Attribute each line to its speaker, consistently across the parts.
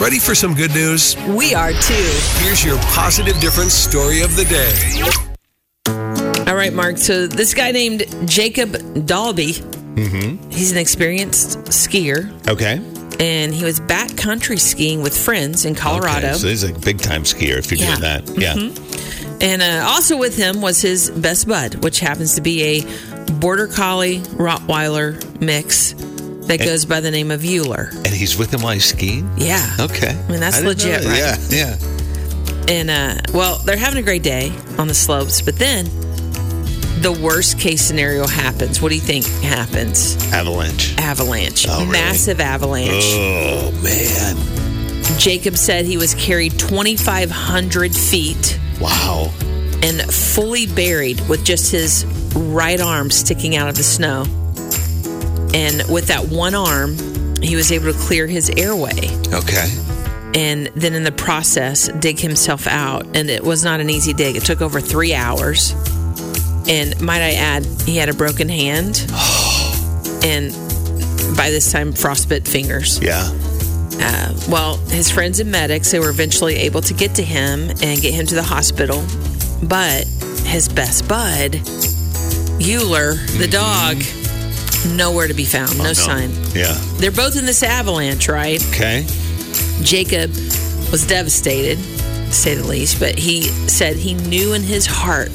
Speaker 1: Ready for some good news?
Speaker 2: We are too.
Speaker 1: Here's your positive difference story of the day.
Speaker 2: All right, Mark. So this guy named Jacob Dalby,
Speaker 3: Mm-hmm.
Speaker 2: he's an experienced skier,
Speaker 3: Okay.
Speaker 2: and he was backcountry skiing with friends in Colorado.
Speaker 3: Okay, so this is a big time skier if you're
Speaker 2: Yeah. Mm-hmm.
Speaker 3: doing that. Yeah.
Speaker 2: And uh, also with him was his best bud, which happens to be a border collie Rottweiler mix that goes by the name of Euler.
Speaker 3: And he's with him while he's skiing?
Speaker 2: Yeah.
Speaker 3: Okay.
Speaker 2: I mean, that's
Speaker 3: didn't know
Speaker 2: legit,
Speaker 3: that.
Speaker 2: right?
Speaker 3: Yeah. Yeah.
Speaker 2: And uh, well, they're having a great day on the slopes, but then the worst case scenario happens. What do you think happens?
Speaker 3: Avalanche.
Speaker 2: Avalanche,
Speaker 3: Oh, really?
Speaker 2: massive avalanche.
Speaker 3: Oh, man.
Speaker 2: Jacob said he was carried 2,500 feet
Speaker 3: Wow.
Speaker 2: and fully buried with just his right arm sticking out of the snow. And with that one arm, he was able to clear his airway
Speaker 3: Okay.
Speaker 2: and then in the process, dig himself out. And it was not an easy dig, it took over three hours. And might I add, he had a broken hand and by this time, frostbit fingers.
Speaker 3: Yeah.
Speaker 2: Uh, well, his friends and medics, they were eventually able to get to him and get him to the hospital. But his best bud, Euler, the dog, nowhere to be found, no, sign.
Speaker 3: Yeah.
Speaker 2: They're both in this avalanche, right?
Speaker 3: Okay.
Speaker 2: Jacob was devastated, to say the least, but he said he knew in his heart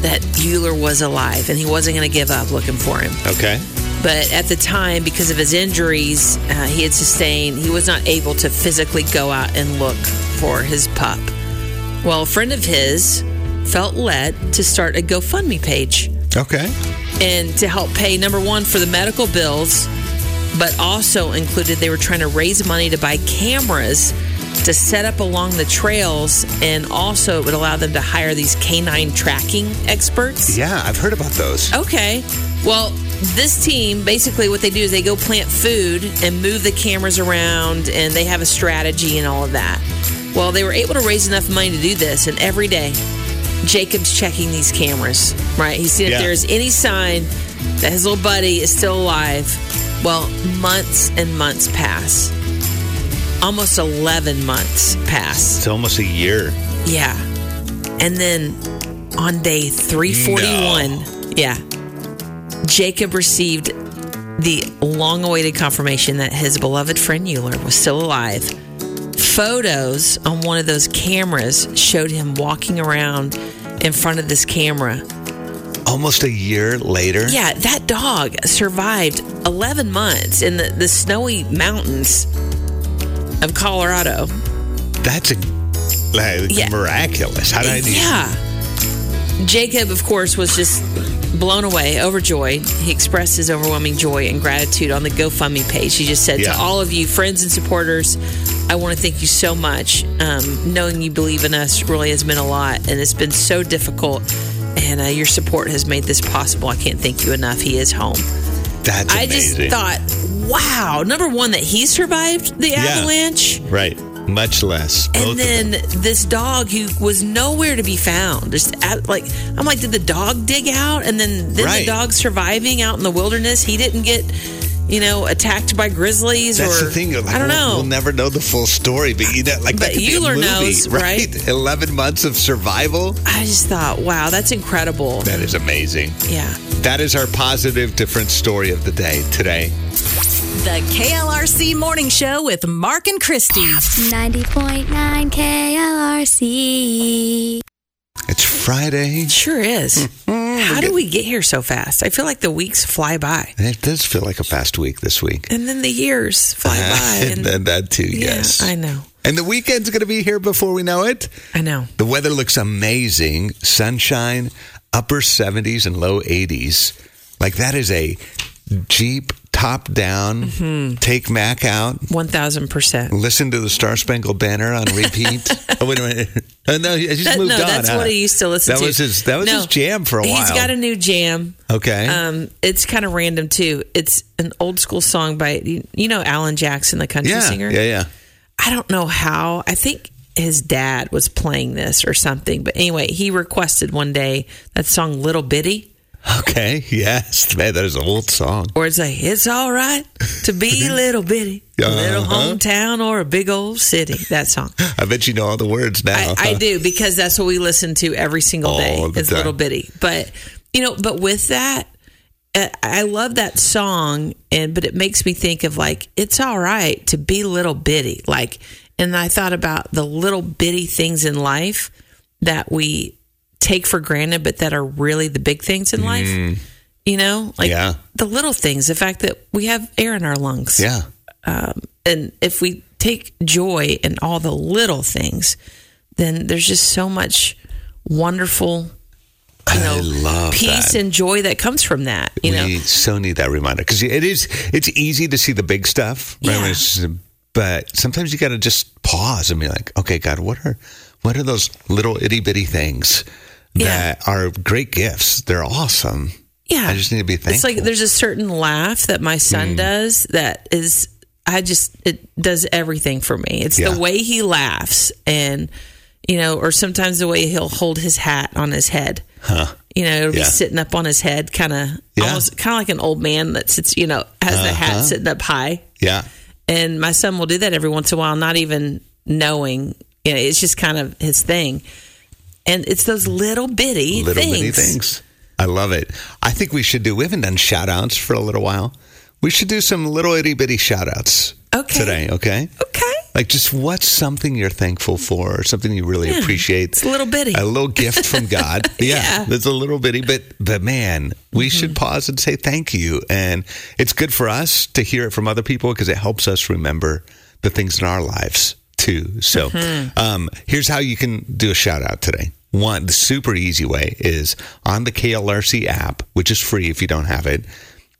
Speaker 2: that Euler was alive and he wasn't going to give up looking for him.
Speaker 3: Okay.
Speaker 2: But at the time, because of his injuries uh, he had sustained, he was not able to physically go out and look for his pup. Well, a friend of his felt led to start a GoFundMe page
Speaker 3: Okay.
Speaker 2: and to help pay number one for the medical bills, but also included they were trying to raise money to buy cameras to set up along the trails, and also it would allow them to hire these canine tracking experts.
Speaker 3: Yeah, I've heard about those.
Speaker 2: Okay. Well, this team basically what they do is they go plant food and move the cameras around and they have a strategy and all of that. Well, they were able to raise enough money to do this, and every day Jacob's checking these cameras, right? He's seeing
Speaker 3: Yeah.
Speaker 2: if there's any sign that his little buddy is still alive. Well, months and months pass. Almost 11 months pass.
Speaker 3: It's almost a year.
Speaker 2: Yeah. And then on day 341, yeah, Jacob received the long awaited confirmation that his beloved friend Euler was still alive. Photos on one of those cameras showed him walking around in front of this camera.
Speaker 3: Almost a year later.
Speaker 2: Yeah, that dog survived 11 months in the, the snowy mountains of Colorado.
Speaker 3: That's a like,
Speaker 2: Yeah.
Speaker 3: miraculous. How did I do
Speaker 2: Yeah. Jacob, of course, was just blown away, overjoyed. He expressed his overwhelming joy and gratitude on the GoFundMe page. He just said
Speaker 3: Yeah.
Speaker 2: to all of you, friends and supporters, I want to thank you so much. Um, knowing you believe in us really has meant a lot, and it's been so difficult. And uh, your support has made this possible. I can't thank you enough. He is home.
Speaker 3: That's
Speaker 2: I just
Speaker 3: amazing.
Speaker 2: thought, wow. Number one, that he survived the avalanche.
Speaker 3: Right. Much less. Both of
Speaker 2: And
Speaker 3: them.
Speaker 2: then this dog who was nowhere to be found. Just at, like I'm like, did the dog dig out? And then then
Speaker 3: Right.
Speaker 2: the dog surviving out in the wilderness. He didn't get, you know, attacked by grizzlies
Speaker 3: That's
Speaker 2: or
Speaker 3: the thing. Like,
Speaker 2: I don't
Speaker 3: we'll-
Speaker 2: know.
Speaker 3: We'll never know the full story, but you know, like
Speaker 2: But
Speaker 3: that could be a
Speaker 2: Euler
Speaker 3: movie,
Speaker 2: knows,
Speaker 3: right? Eleven months of survival.
Speaker 2: I just thought, wow, that's incredible.
Speaker 3: That is amazing.
Speaker 2: yeah.
Speaker 3: That is our positive different story of the day today.
Speaker 4: The KLRC Morning Show with Mark and Christy.
Speaker 5: 90.9 KLRC.
Speaker 3: It's Friday.
Speaker 2: It sure is.
Speaker 3: Hmm.
Speaker 2: How do we get here so fast? I feel like the weeks fly by.
Speaker 3: It does feel like a fast week this week.
Speaker 2: And then the years fly by.
Speaker 3: and, then that too,
Speaker 2: yeah,
Speaker 3: yes.
Speaker 2: I know.
Speaker 3: And the weekend's going to be here before we know it.
Speaker 2: I know.
Speaker 3: The weather looks amazing. Sunshine, upper 70s and low 80s. Like that is a Jeep top down,
Speaker 2: Mm-hmm.
Speaker 3: take Mac out,
Speaker 2: One thousand percent.
Speaker 3: listen to the Star Spangled Banner on repeat. oh, wait a minute. Oh, no, he he's
Speaker 2: That-
Speaker 3: moved
Speaker 2: no,
Speaker 3: on.
Speaker 2: that's
Speaker 3: huh?
Speaker 2: what he used to listen
Speaker 3: that
Speaker 2: to.
Speaker 3: Was his, that was
Speaker 2: No,
Speaker 3: his jam for a while.
Speaker 2: He's got a new jam.
Speaker 3: okay.
Speaker 2: Um, it's kind of random too. It's an old school song by you you know Alan Jackson, the country
Speaker 3: yeah,
Speaker 2: singer.
Speaker 3: yeah, yeah.
Speaker 2: I don't know how. I think his dad was playing this or something. But anyway, he requested one day that song "Little Bitty,"
Speaker 3: Okay. Yes. Man, that is an old song.
Speaker 2: Or it's like, it's all right to be little bitty, a little
Speaker 3: Uh-huh.
Speaker 2: hometown or a big old city. That song.
Speaker 3: I bet you know all the words now.
Speaker 2: I, I do because that's what we listen to every single
Speaker 3: All
Speaker 2: day.
Speaker 3: the
Speaker 2: It's little
Speaker 3: time.
Speaker 2: bitty, but you know, but with that, uh, I love that song, and but it makes me think of like it's all right to be little bitty, like. And I thought about the little bitty things in life that we take for granted, but that are really the big things in life. You know, like
Speaker 3: Mm. Yeah.
Speaker 2: the little things, the fact that we have air in our lungs
Speaker 3: Yeah.
Speaker 2: Um, and if we take joy in all the little things, then there's just so much wonderful, you know,
Speaker 3: love
Speaker 2: peace
Speaker 3: that.
Speaker 2: and joy that comes from that. You
Speaker 3: we
Speaker 2: know,
Speaker 3: so need that reminder because it is it's easy to see the big stuff right
Speaker 2: Yeah.
Speaker 3: When it's- but sometimes you got to just pause and be like okay god what are what are those little itty-bitty things
Speaker 2: Yeah.
Speaker 3: that are great gifts they're awesome
Speaker 2: yeah,
Speaker 3: i just need to be thankful Hmm.
Speaker 2: It's like there's a certain laugh that my son does that is I just it does everything for me. It's
Speaker 3: Yeah.
Speaker 2: the way he laughs and you know, or sometimes the way he'll hold his hat on his head. You know, it'll be
Speaker 3: Yeah.
Speaker 2: sitting up on his head kinda
Speaker 3: Yeah. Uh-huh.
Speaker 2: almost kinda like an old man that sits you know, has the hat sitting up high.
Speaker 3: yeah
Speaker 2: And my son will do that every once in a while, not even knowing. You know, it's just kind of his thing. And it's those little bitty
Speaker 3: little
Speaker 2: things.
Speaker 3: bitty things i love it i think we should do we haven't done shout outs for a little while we should do some little itty-bitty shout outs
Speaker 2: Okay.
Speaker 3: today okay
Speaker 2: Okay.
Speaker 3: Like just what's something you're thankful for or something you really appreciate.
Speaker 2: it's a little bitty.
Speaker 3: A little gift from God. yeah.
Speaker 2: Yeah.
Speaker 3: That's a little bitty, but but man, we should pause and say thank you. And it's good for us to hear it from other people because it helps us remember the things in our lives too. So um, here's how you can do a shout out today. One, the super easy way is on the KLRC app, which is free if you don't have it.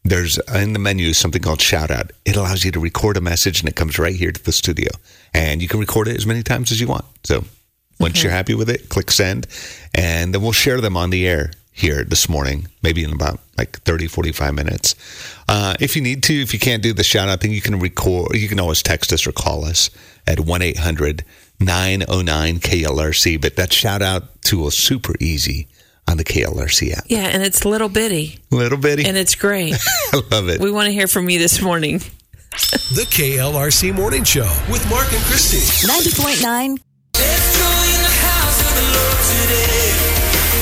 Speaker 3: There's in the menu something called shout out. It allows you to record a message and it comes right here to the studio. And you can record it as many times as you want. So once you're happy with it, click send, and then we'll share them on the air here this morning, maybe in about like 30, 45 minutes. Uh, if you need to, if you can't do the shout out thing, you can record, you can always text us or call us at 1 800 909 KLRC. But that shout out tool is super easy on the KLRC app.
Speaker 2: Yeah, and it's little bitty,
Speaker 3: Little bitty.
Speaker 2: and it's great.
Speaker 3: I love it.
Speaker 2: we want to hear from you this morning.
Speaker 1: The KLRC Morning Show with Mark and Christy.
Speaker 4: 90.9
Speaker 5: Let's join the house of the Lord today,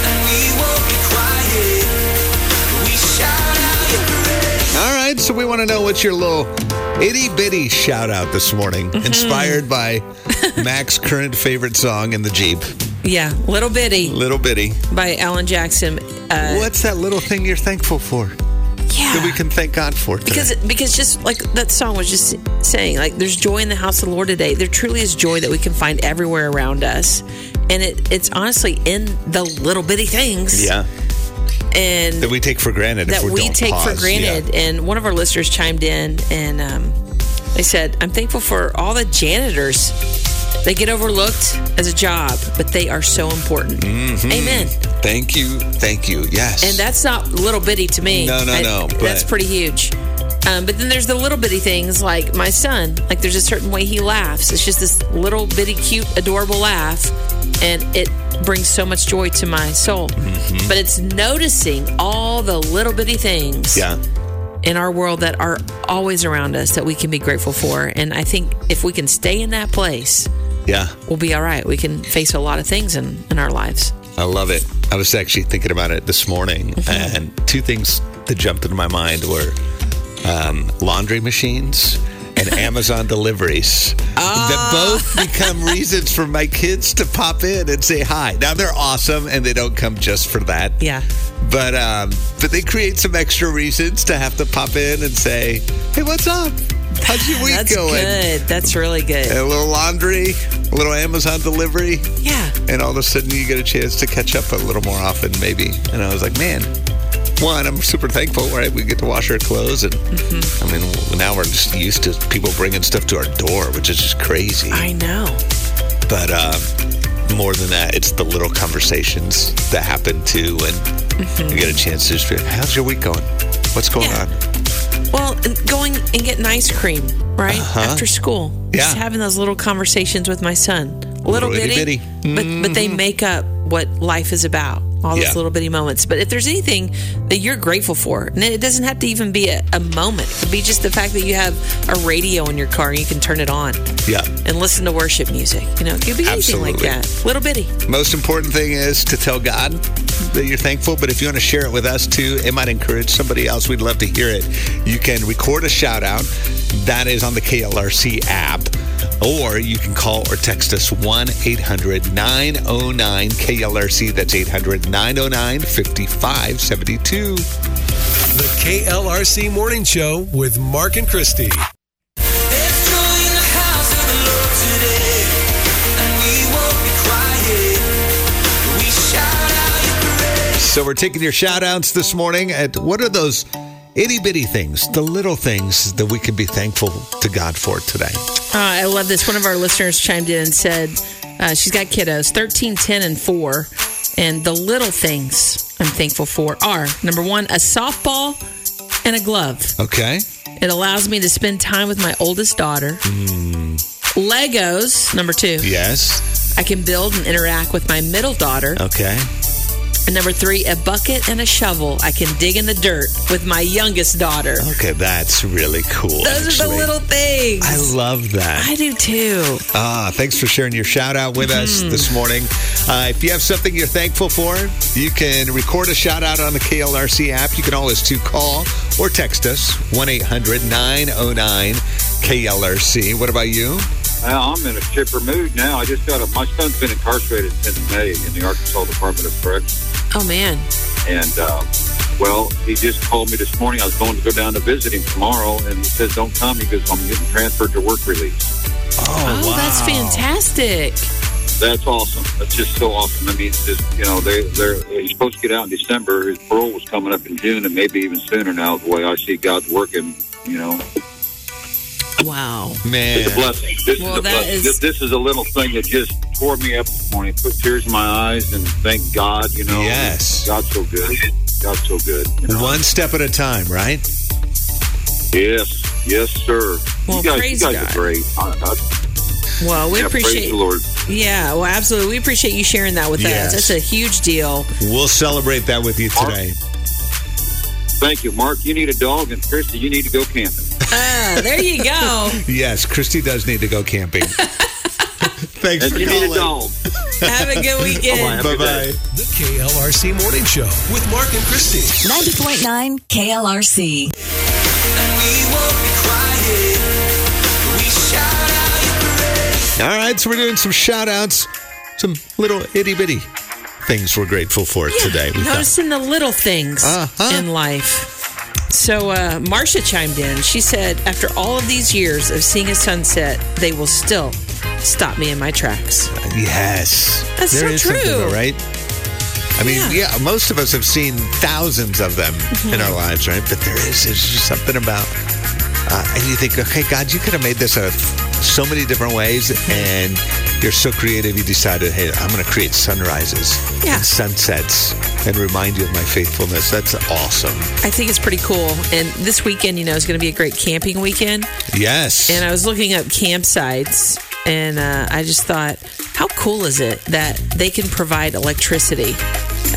Speaker 5: and we won't be quiet. We shout out your praise.
Speaker 3: All right, so we want to know what's your little itty bitty shout out this morning,
Speaker 2: Mm-hmm.
Speaker 3: inspired by Mac's current favorite song in the Jeep,
Speaker 2: Yeah, Little Bitty
Speaker 3: Little Bitty.
Speaker 2: by Alan Jackson. Uh,
Speaker 3: What's that little thing you're thankful for that
Speaker 2: yeah,
Speaker 3: we can thank God for? Today?
Speaker 2: because because just like that song was just saying, like there's joy in the house of the Lord today. There truly is joy that we can find everywhere around us, and it it's honestly in the little bitty things.
Speaker 3: yeah,
Speaker 2: and
Speaker 3: that we take for granted.
Speaker 2: that
Speaker 3: if we,
Speaker 2: we
Speaker 3: don't
Speaker 2: take for
Speaker 3: pause. Yeah.
Speaker 2: granted. And one of our listeners chimed in and um, they said, I'm thankful for all the janitors. They get overlooked as a job, but they are so important.
Speaker 3: Mm-hmm.
Speaker 2: Amen.
Speaker 3: Thank you, thank you. Yes,
Speaker 2: And that's not little bitty to me.
Speaker 3: No, no, no, but-
Speaker 2: That's pretty huge. Um, but then there's the little bitty things like my son. Like there's a certain way he laughs. It's just this little bitty, cute, adorable laugh, and it brings so much joy to my soul.
Speaker 3: Mm-hmm.
Speaker 2: But it's noticing all the little bitty things
Speaker 3: yeah,
Speaker 2: in our world that are always around us that we can be grateful for. And I think if we can stay in that place,
Speaker 3: yeah.
Speaker 2: we'll be all right. We can face a lot of things in, in our lives.
Speaker 3: I love it. I was actually thinking about it this morning,
Speaker 2: Mm-hmm.
Speaker 3: and two things that jumped into my mind were um, laundry machines and Amazon deliveries
Speaker 2: Ah.
Speaker 3: that both become reasons for my kids to pop in and say hi. Now they're awesome, and they don't come just for that.
Speaker 2: Yeah.
Speaker 3: But um, but they create some extra reasons to have to pop in and say, "Hey, what's up? How's your week
Speaker 2: That's
Speaker 3: going?"
Speaker 2: good. That's really good.
Speaker 3: And a little laundry, a little Amazon delivery,
Speaker 2: Yeah.
Speaker 3: and all of a sudden you get a chance to catch up a little more often, maybe. And I was like, man, one, I'm super thankful, right? We get to wash our clothes, and
Speaker 2: Mm-hmm.
Speaker 3: I mean, now we're just used to people bringing stuff to our door, which is just crazy.
Speaker 2: I know.
Speaker 3: But uh, more than that, it's the little conversations that happen too, and you get a chance to just be, how's your week going? What's going
Speaker 2: Yeah.
Speaker 3: on?
Speaker 2: Well, and going and getting ice cream, right? After school. Just
Speaker 3: Uh-huh. Yeah.
Speaker 2: having those little conversations with my son. Little,
Speaker 3: Little itty
Speaker 2: bitty. But, but they make up what life is about. all those
Speaker 3: Yeah.
Speaker 2: little bitty moments. But if there's anything that you're grateful for, and it doesn't have to even be a, a moment, it could be just the fact that you have a radio in your car and you can turn it on
Speaker 3: Yeah.
Speaker 2: and listen to worship music. You know, it could be anything
Speaker 3: Absolutely.
Speaker 2: like that. Little bitty.
Speaker 3: Most important thing is to tell God that you're thankful, but if you want to share it with us too, it might encourage somebody else. We'd love to hear it. You can record a shout out. That is on the KLRC app. Or you can call or text us 1 800 909 KLRC. That's 800 909 5572.
Speaker 1: The KLRC Morning Show with Mark and Christy.
Speaker 5: There's joy in the house of the Lord today, and we won't be quiet. We shout out your praise.
Speaker 3: So we're taking your shout outs this morning at what are those itty bitty things, the little things that we can be thankful to God for today?
Speaker 2: Uh, I love this. One of our listeners chimed in and said uh, she's got kiddos 13, 10, and 4. And the little things I'm thankful for are number one, a softball and a glove.
Speaker 3: Okay.
Speaker 2: It allows me to spend time with my oldest daughter. Legos, number two.
Speaker 3: Yes.
Speaker 2: I can build and interact with my middle daughter.
Speaker 3: Okay.
Speaker 2: And number three, a bucket and a shovel. I can dig in the dirt with my youngest daughter.
Speaker 3: Okay, that's really cool.
Speaker 2: Those are the
Speaker 3: Oh, actually.
Speaker 2: little things.
Speaker 3: I love that.
Speaker 2: I do too.
Speaker 3: Ah, thanks for sharing your shout out with us
Speaker 2: Hmm.
Speaker 3: this morning. Uh, if you have something you're thankful for, you can record a shout out on the KLRC app. You can always to call or text us 1 800 909 KLRC. What about you?
Speaker 6: Well, I'm in a chipper mood now. I just got a, my son's been incarcerated since May in the Arkansas Department of Corrections.
Speaker 2: Oh, man.
Speaker 6: And, uh, well, he just called me this morning. I was going to go down to visit him tomorrow, and he says, don't come. He goes, I'm getting transferred to work release.
Speaker 2: Oh, that's fantastic.
Speaker 6: That's awesome. That's just so awesome. I mean, it's just, you know, they, they're, he's supposed to get out in December. His parole was coming up in June and maybe even sooner now, the way I see God's working, you know.
Speaker 2: Wow.
Speaker 3: Man.
Speaker 6: It's a blessing. This
Speaker 2: Well,
Speaker 6: is a
Speaker 2: that
Speaker 6: blessing.
Speaker 2: is-
Speaker 6: This, this is a little thing that just tore me up this morning, put tears in my eyes, and thank God, you know.
Speaker 3: Yes.
Speaker 6: God's so good. God's so good. you know.
Speaker 3: One step at a time, right?
Speaker 6: Yes, yes, sir.
Speaker 2: Well,
Speaker 6: you guys,
Speaker 2: praise
Speaker 6: you guys
Speaker 2: God.
Speaker 6: are great. I, I,
Speaker 2: Well, we
Speaker 6: yeah, praise
Speaker 2: appreciate
Speaker 6: the Lord.
Speaker 2: Yeah, well, absolutely. We appreciate you sharing that with us.
Speaker 3: Yes.
Speaker 2: That's a huge deal.
Speaker 3: We'll celebrate that with you today.
Speaker 6: Thank you, Mark. You need a dog, and Christy, you need to go camping.
Speaker 2: Oh, there you go.
Speaker 3: Yes, Christy does need to go camping. thanks
Speaker 6: And
Speaker 3: for
Speaker 6: you need a
Speaker 3: calling.
Speaker 6: dog.
Speaker 2: Have a
Speaker 6: Oh,
Speaker 2: good weekend.
Speaker 6: Bye-bye.
Speaker 3: Bye bye.
Speaker 1: The KLRC Morning Show with Mark and Christy.
Speaker 4: 90.9 KLRC.
Speaker 5: And we won't be quiet. We shout out your praise.
Speaker 3: All right, so we're doing some shout outs, some little itty bitty things we're grateful for today. We thought,
Speaker 2: Noticing the little things
Speaker 3: Uh-huh.
Speaker 2: in life. So, uh, Marcia chimed in. She said, after all of these years of seeing a sunset, they will still stop me in my tracks.
Speaker 3: yes,
Speaker 2: That's
Speaker 3: There
Speaker 2: so
Speaker 3: is something
Speaker 2: true.
Speaker 3: though, right? I mean,
Speaker 2: Yeah. Mm-hmm.
Speaker 3: yeah. most of us have seen thousands of them in our lives, right? But there is there's just something about, uh, and you think, okay, God, you could have made this a, so many different ways,
Speaker 2: Mm-hmm.
Speaker 3: and you're so creative. You decided, hey, I'm going to create sunrises
Speaker 2: Yeah.
Speaker 3: and sunsets and remind you of my faithfulness. That's awesome.
Speaker 2: I think it's pretty cool. And this weekend, you know, is going to be a great camping weekend.
Speaker 3: Yes,
Speaker 2: And I was looking up campsites, and uh, I just thought, how cool is it that they can provide electricity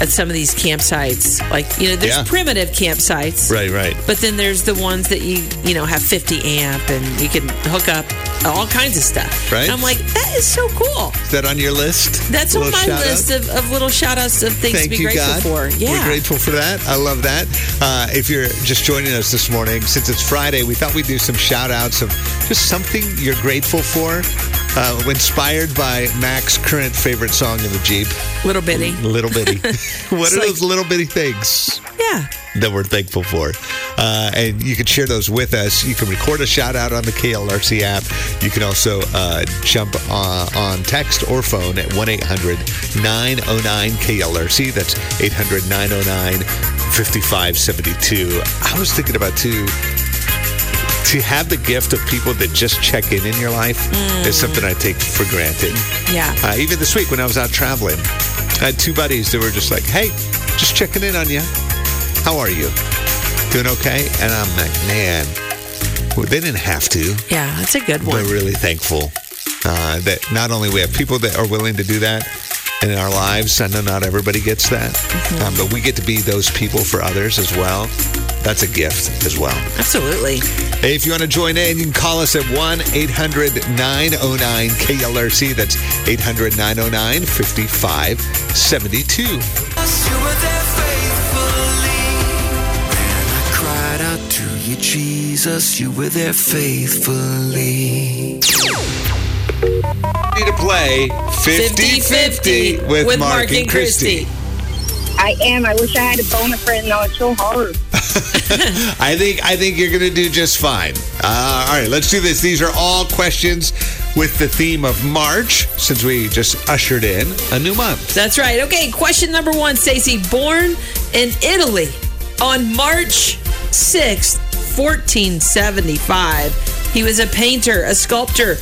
Speaker 2: at some of these campsites? Like, you know, there's
Speaker 3: Yeah.
Speaker 2: primitive campsites,
Speaker 3: right, right.
Speaker 2: but then there's the ones that you, you know, have 50 amp and you can hook up all kinds of stuff.
Speaker 3: Right.
Speaker 2: I'm like, that is so cool.
Speaker 3: Is that on your list?
Speaker 2: That's
Speaker 3: A
Speaker 2: on
Speaker 3: little
Speaker 2: my
Speaker 3: shout out?
Speaker 2: list of, of little shout outs of things
Speaker 3: Thank
Speaker 2: to be
Speaker 3: you,
Speaker 2: grateful
Speaker 3: God.
Speaker 2: for. Yeah.
Speaker 3: We're grateful for that. I love that. Uh, if you're just joining us this morning, since it's Friday, we thought we'd do some shout outs of just something you're grateful for. Uh, inspired by Mac's current favorite song in the Jeep,
Speaker 2: Little bitty.
Speaker 3: Little Bitty. what are
Speaker 2: like-
Speaker 3: those little bitty things?
Speaker 2: Yeah.
Speaker 3: that we're thankful for. Uh, and you can share those with us. You can record a shout out on the KLRC app. You can also uh, jump uh, on text or phone at 1 800 909 KLRC. That's 800 909 5572. I was thinking about too. To have the gift of people that just check in in your life is something I take for granted.
Speaker 2: Yeah.
Speaker 3: Uh, even this week when I was out traveling, I had two buddies that were just like, hey, just checking in on you. How are you? Doing okay? And I'm like, man, well, they didn't have to.
Speaker 2: Yeah. That's a good
Speaker 3: We're
Speaker 2: one.
Speaker 3: really thankful uh, that not only we have people that are willing to do that, in our lives. I know not everybody gets that, um, but we get to be those people for others as well. That's a gift as well.
Speaker 2: Absolutely.
Speaker 3: Hey, if you want to join in, you can call us at 1 800 909 KLRC. That's 800 909 5572.
Speaker 5: You were there faithfully.
Speaker 7: cried out to you, Jesus, you were there faithfully.
Speaker 3: Need to play 50 50 with, Mark, and, Christy.
Speaker 8: I am. I wish I had a bone a friend. No, it's so hard.
Speaker 3: I think I think you're gonna do just fine. Uh, all right, let's do this. These are all questions with the theme of March, since we just ushered in a new month.
Speaker 2: That's right. Okay, question number one, Stacey. Born in Italy on March 6th, 1475. He was a painter, a sculptor,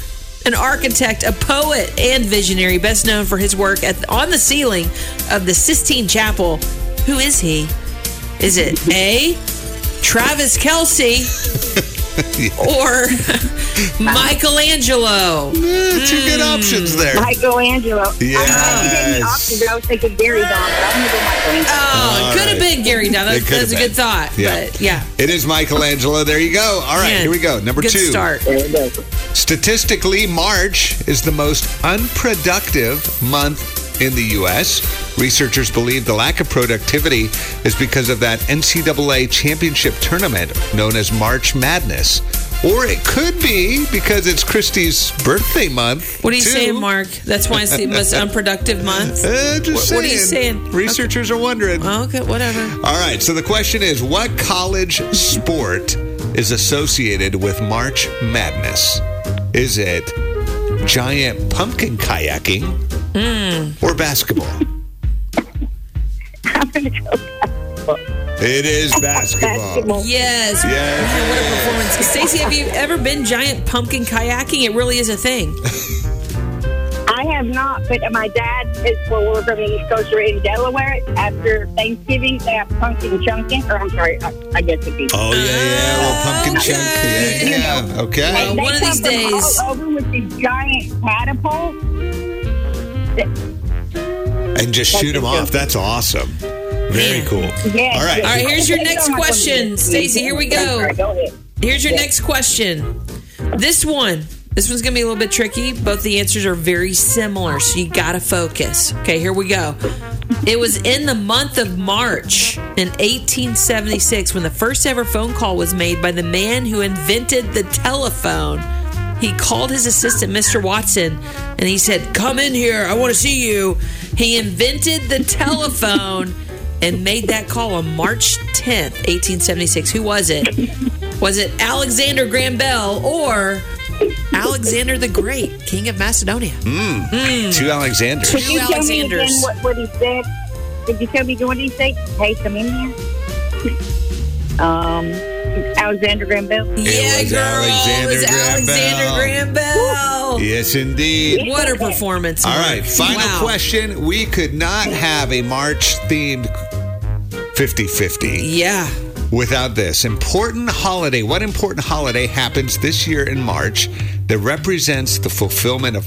Speaker 2: an architect, a poet, and visionary, best known for his work at, on the ceiling of the Sistine Chapel. Who is he? Is it A, Travis Kelsey, or Michelangelo?
Speaker 3: Eh, two good
Speaker 2: Hmm.
Speaker 3: options there.
Speaker 8: Michelangelo.
Speaker 3: Yes.
Speaker 8: I know you gave me options. I was thinking Gary Don, but I'm going to go
Speaker 2: Oh,
Speaker 8: Michelangelo.
Speaker 3: All
Speaker 2: could have
Speaker 3: right.
Speaker 2: been Gary Now
Speaker 3: It
Speaker 2: That's,
Speaker 3: could
Speaker 2: that's a
Speaker 3: have
Speaker 2: good
Speaker 3: been.
Speaker 2: thought.
Speaker 3: Yeah.
Speaker 2: But yeah.
Speaker 3: It is Michelangelo. There you go. All right,
Speaker 2: Man,
Speaker 3: here we go. Number
Speaker 2: good
Speaker 3: two.
Speaker 2: start.
Speaker 8: There it goes.
Speaker 3: Statistically, March is the most unproductive month in the U.S. Researchers believe the lack of productivity is because of that NCAA championship tournament known as March Madness. Or it could be because it's Christie's birthday month.
Speaker 2: What are you
Speaker 3: too.
Speaker 2: saying, Mark? That's why it's the most unproductive month.
Speaker 3: Eh, just
Speaker 2: What- what are you saying? Uh,
Speaker 3: Researchers are wondering.
Speaker 2: Okay, whatever.
Speaker 3: All right, so the question is what college sport is associated with March Madness? Is it giant pumpkin kayaking or basketball?
Speaker 8: I'm going to go
Speaker 3: It is basketball.
Speaker 8: basketball.
Speaker 2: Yes. Man, what a
Speaker 3: Yes.
Speaker 2: performance. Stacey, have you ever been giant pumpkin kayaking? It really is a thing.
Speaker 8: I have not, but my dad is well, we're from the East Coast. We're in Delaware. After Thanksgiving, they have pumpkin chunkin. Or I'm sorry, I, I guess it'd be.
Speaker 3: Oh, yeah, yeah. Well, pumpkin chunk.
Speaker 2: Okay.
Speaker 3: Oh, Yeah, yeah. Okay.
Speaker 2: Well,
Speaker 8: And they
Speaker 2: Uh, one of
Speaker 8: come
Speaker 2: these
Speaker 8: from
Speaker 2: days-
Speaker 8: all over with these giant catapults.
Speaker 3: And just shoot them off. That's awesome. Very
Speaker 2: Man.
Speaker 3: cool.
Speaker 8: Yes,
Speaker 3: All right.
Speaker 8: yes.
Speaker 2: All right, here's your
Speaker 8: They
Speaker 2: next
Speaker 8: don't want
Speaker 2: question,
Speaker 8: pumpkin.
Speaker 2: Stacey, here we go.
Speaker 8: Sorry, go ahead.
Speaker 2: Here's your next question. This one, this one's gonna be a little bit tricky. Both the answers are very similar, so you gotta focus. Okay, here we go. It was in the month of March in 1876 when the first ever phone call was made by the man who invented the telephone. He called his assistant, Mr. Watson, and he said, Come in here, I wanna see you. He invented the telephone and made that call on March 10th, 1876. Who was it? Was it Alexander Graham Bell or Alexander the Great, King of Macedonia?
Speaker 3: Mm, Two Alexanders.
Speaker 8: Could you tell me again
Speaker 2: Alexanders.
Speaker 8: what, what he said? Could you tell me again what he said? Hey, come in here. Um, Alexander Graham Bell.
Speaker 2: yeah,
Speaker 3: was
Speaker 2: girl,
Speaker 3: Alexander
Speaker 2: it was
Speaker 3: Graham
Speaker 2: Alexander
Speaker 3: Bell.
Speaker 2: Graham Bell.
Speaker 3: Yes, indeed.
Speaker 2: What a performance!
Speaker 3: All
Speaker 2: Mark.
Speaker 3: right, final
Speaker 2: Wow.
Speaker 3: question. We could not have a March themed 50 50
Speaker 2: Yeah,
Speaker 3: without this. Important holiday. What important holiday happens this year in March that represents the fulfillment of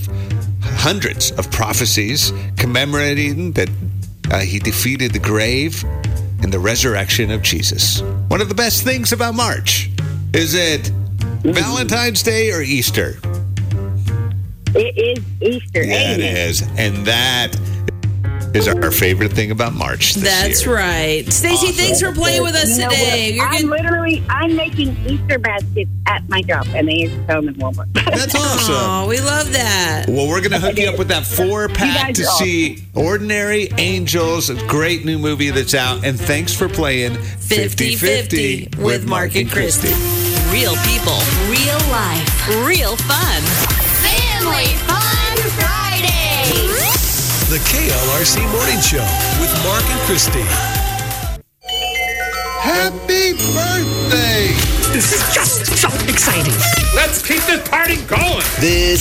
Speaker 3: hundreds of prophecies commemorating that uh, he defeated the grave and the resurrection of Jesus? One of the best things about March is it Valentine's Day or Easter?
Speaker 8: It is Easter.
Speaker 3: Yeah, it
Speaker 8: Amen.
Speaker 3: is. And that is our favorite thing about March this
Speaker 2: that's
Speaker 3: year.
Speaker 2: right. Stacy, thanks for playing with us
Speaker 8: You know
Speaker 2: today.
Speaker 8: what?
Speaker 2: You're
Speaker 8: I'm
Speaker 2: good.
Speaker 8: literally I'm making Easter baskets at my job, and they sell them at Walmart.
Speaker 3: That's awesome.
Speaker 2: Oh, we love that.
Speaker 3: Well, we're going to hook you up with that four pack
Speaker 8: guys
Speaker 3: to
Speaker 8: are awesome.
Speaker 3: see Ordinary Angels, a great new movie that's out. And thanks for playing 50 50
Speaker 2: 50-50 with Mark and Christy.
Speaker 4: Real people, real life, real fun.
Speaker 9: Family Fun Friday.
Speaker 1: The KLRC Morning Show with Mark and Christy.
Speaker 3: Happy birthday!
Speaker 10: This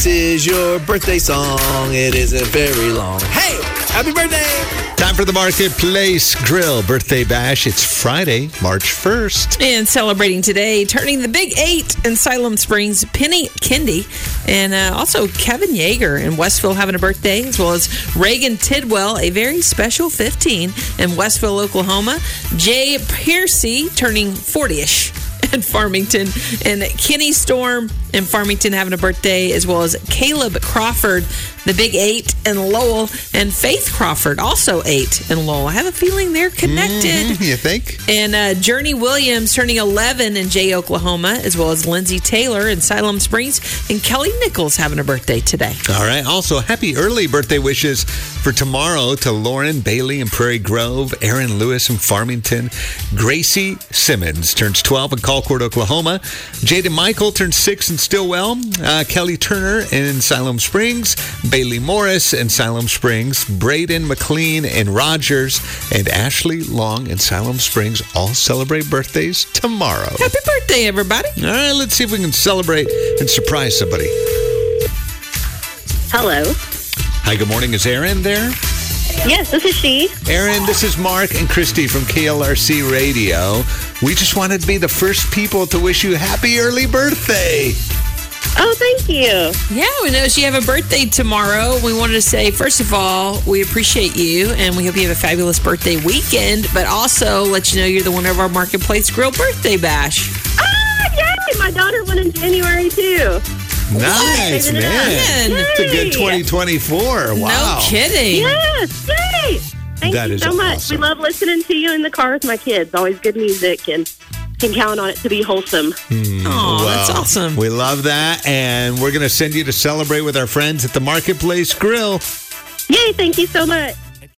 Speaker 10: is your birthday song. It isn't very long. Hey!
Speaker 3: Happy birthday! Time for the Marketplace Grill Birthday Bash. It's Friday, March 1st.
Speaker 2: And celebrating today, turning the big eight in Siloam Springs, Penny Kendi, and uh, also Kevin Yeager in Westville having a birthday, as well as Reagan Tidwell, a very special 15 in Westville, Oklahoma. Jay Piercy turning 40 ish in Farmington, and Kenny Storm in Farmington having a birthday, as well as Caleb Crawford, the Big Eight in Lowell, and Faith Crawford, also eight in Lowell. I have a feeling they're connected.
Speaker 3: You think?
Speaker 2: And uh, Journey Williams turning 11 in Jay, Oklahoma, as well as Lindsay Taylor in Siloam Springs, and Kelly Nichols having a birthday today.
Speaker 3: All right. Also, happy early birthday wishes for tomorrow to Lauren Bailey in Prairie Grove, Aaron Lewis in Farmington, Gracie Simmons turns 12 in Colquitt, Oklahoma, Jaden Michael turns 6 in Stillwell, uh, Kelly Turner in Siloam Springs, Bailey Morris in Siloam Springs, Braden McLean in Rogers, and Ashley Long in Siloam Springs all celebrate birthdays tomorrow.
Speaker 2: Happy birthday, everybody.
Speaker 3: All right, let's see if we can celebrate and surprise somebody.
Speaker 10: Hello.
Speaker 3: Hi, good morning. Is Aaron there?
Speaker 10: Yes, this is she.
Speaker 3: Aaron, this is Mark and Christy from KLRC Radio. We just wanted to be the first people to wish you happy early birthday.
Speaker 10: Oh, thank you.
Speaker 2: Yeah, we know you have a birthday tomorrow. We wanted to say, first of all, we appreciate you and we hope you have a fabulous birthday weekend, but also let you know you're the winner of our Marketplace Grill Birthday Bash.
Speaker 10: Ah, yay! My daughter won in January too.
Speaker 3: Nice,
Speaker 10: Woo!
Speaker 3: man.
Speaker 2: Yay!
Speaker 3: It's a good 2024. Wow.
Speaker 2: No kidding.
Speaker 10: Yes, yay! Thank
Speaker 3: That
Speaker 10: you
Speaker 3: is
Speaker 10: so much.
Speaker 3: awesome.
Speaker 10: We love listening to you in the car with my kids. Always good music and can count on it to be wholesome.
Speaker 2: Aw, that's
Speaker 3: Well,
Speaker 2: awesome.
Speaker 3: We love that. And we're going to send you to celebrate with our friends at the Marketplace Grill.
Speaker 10: Yay! Thank you so much.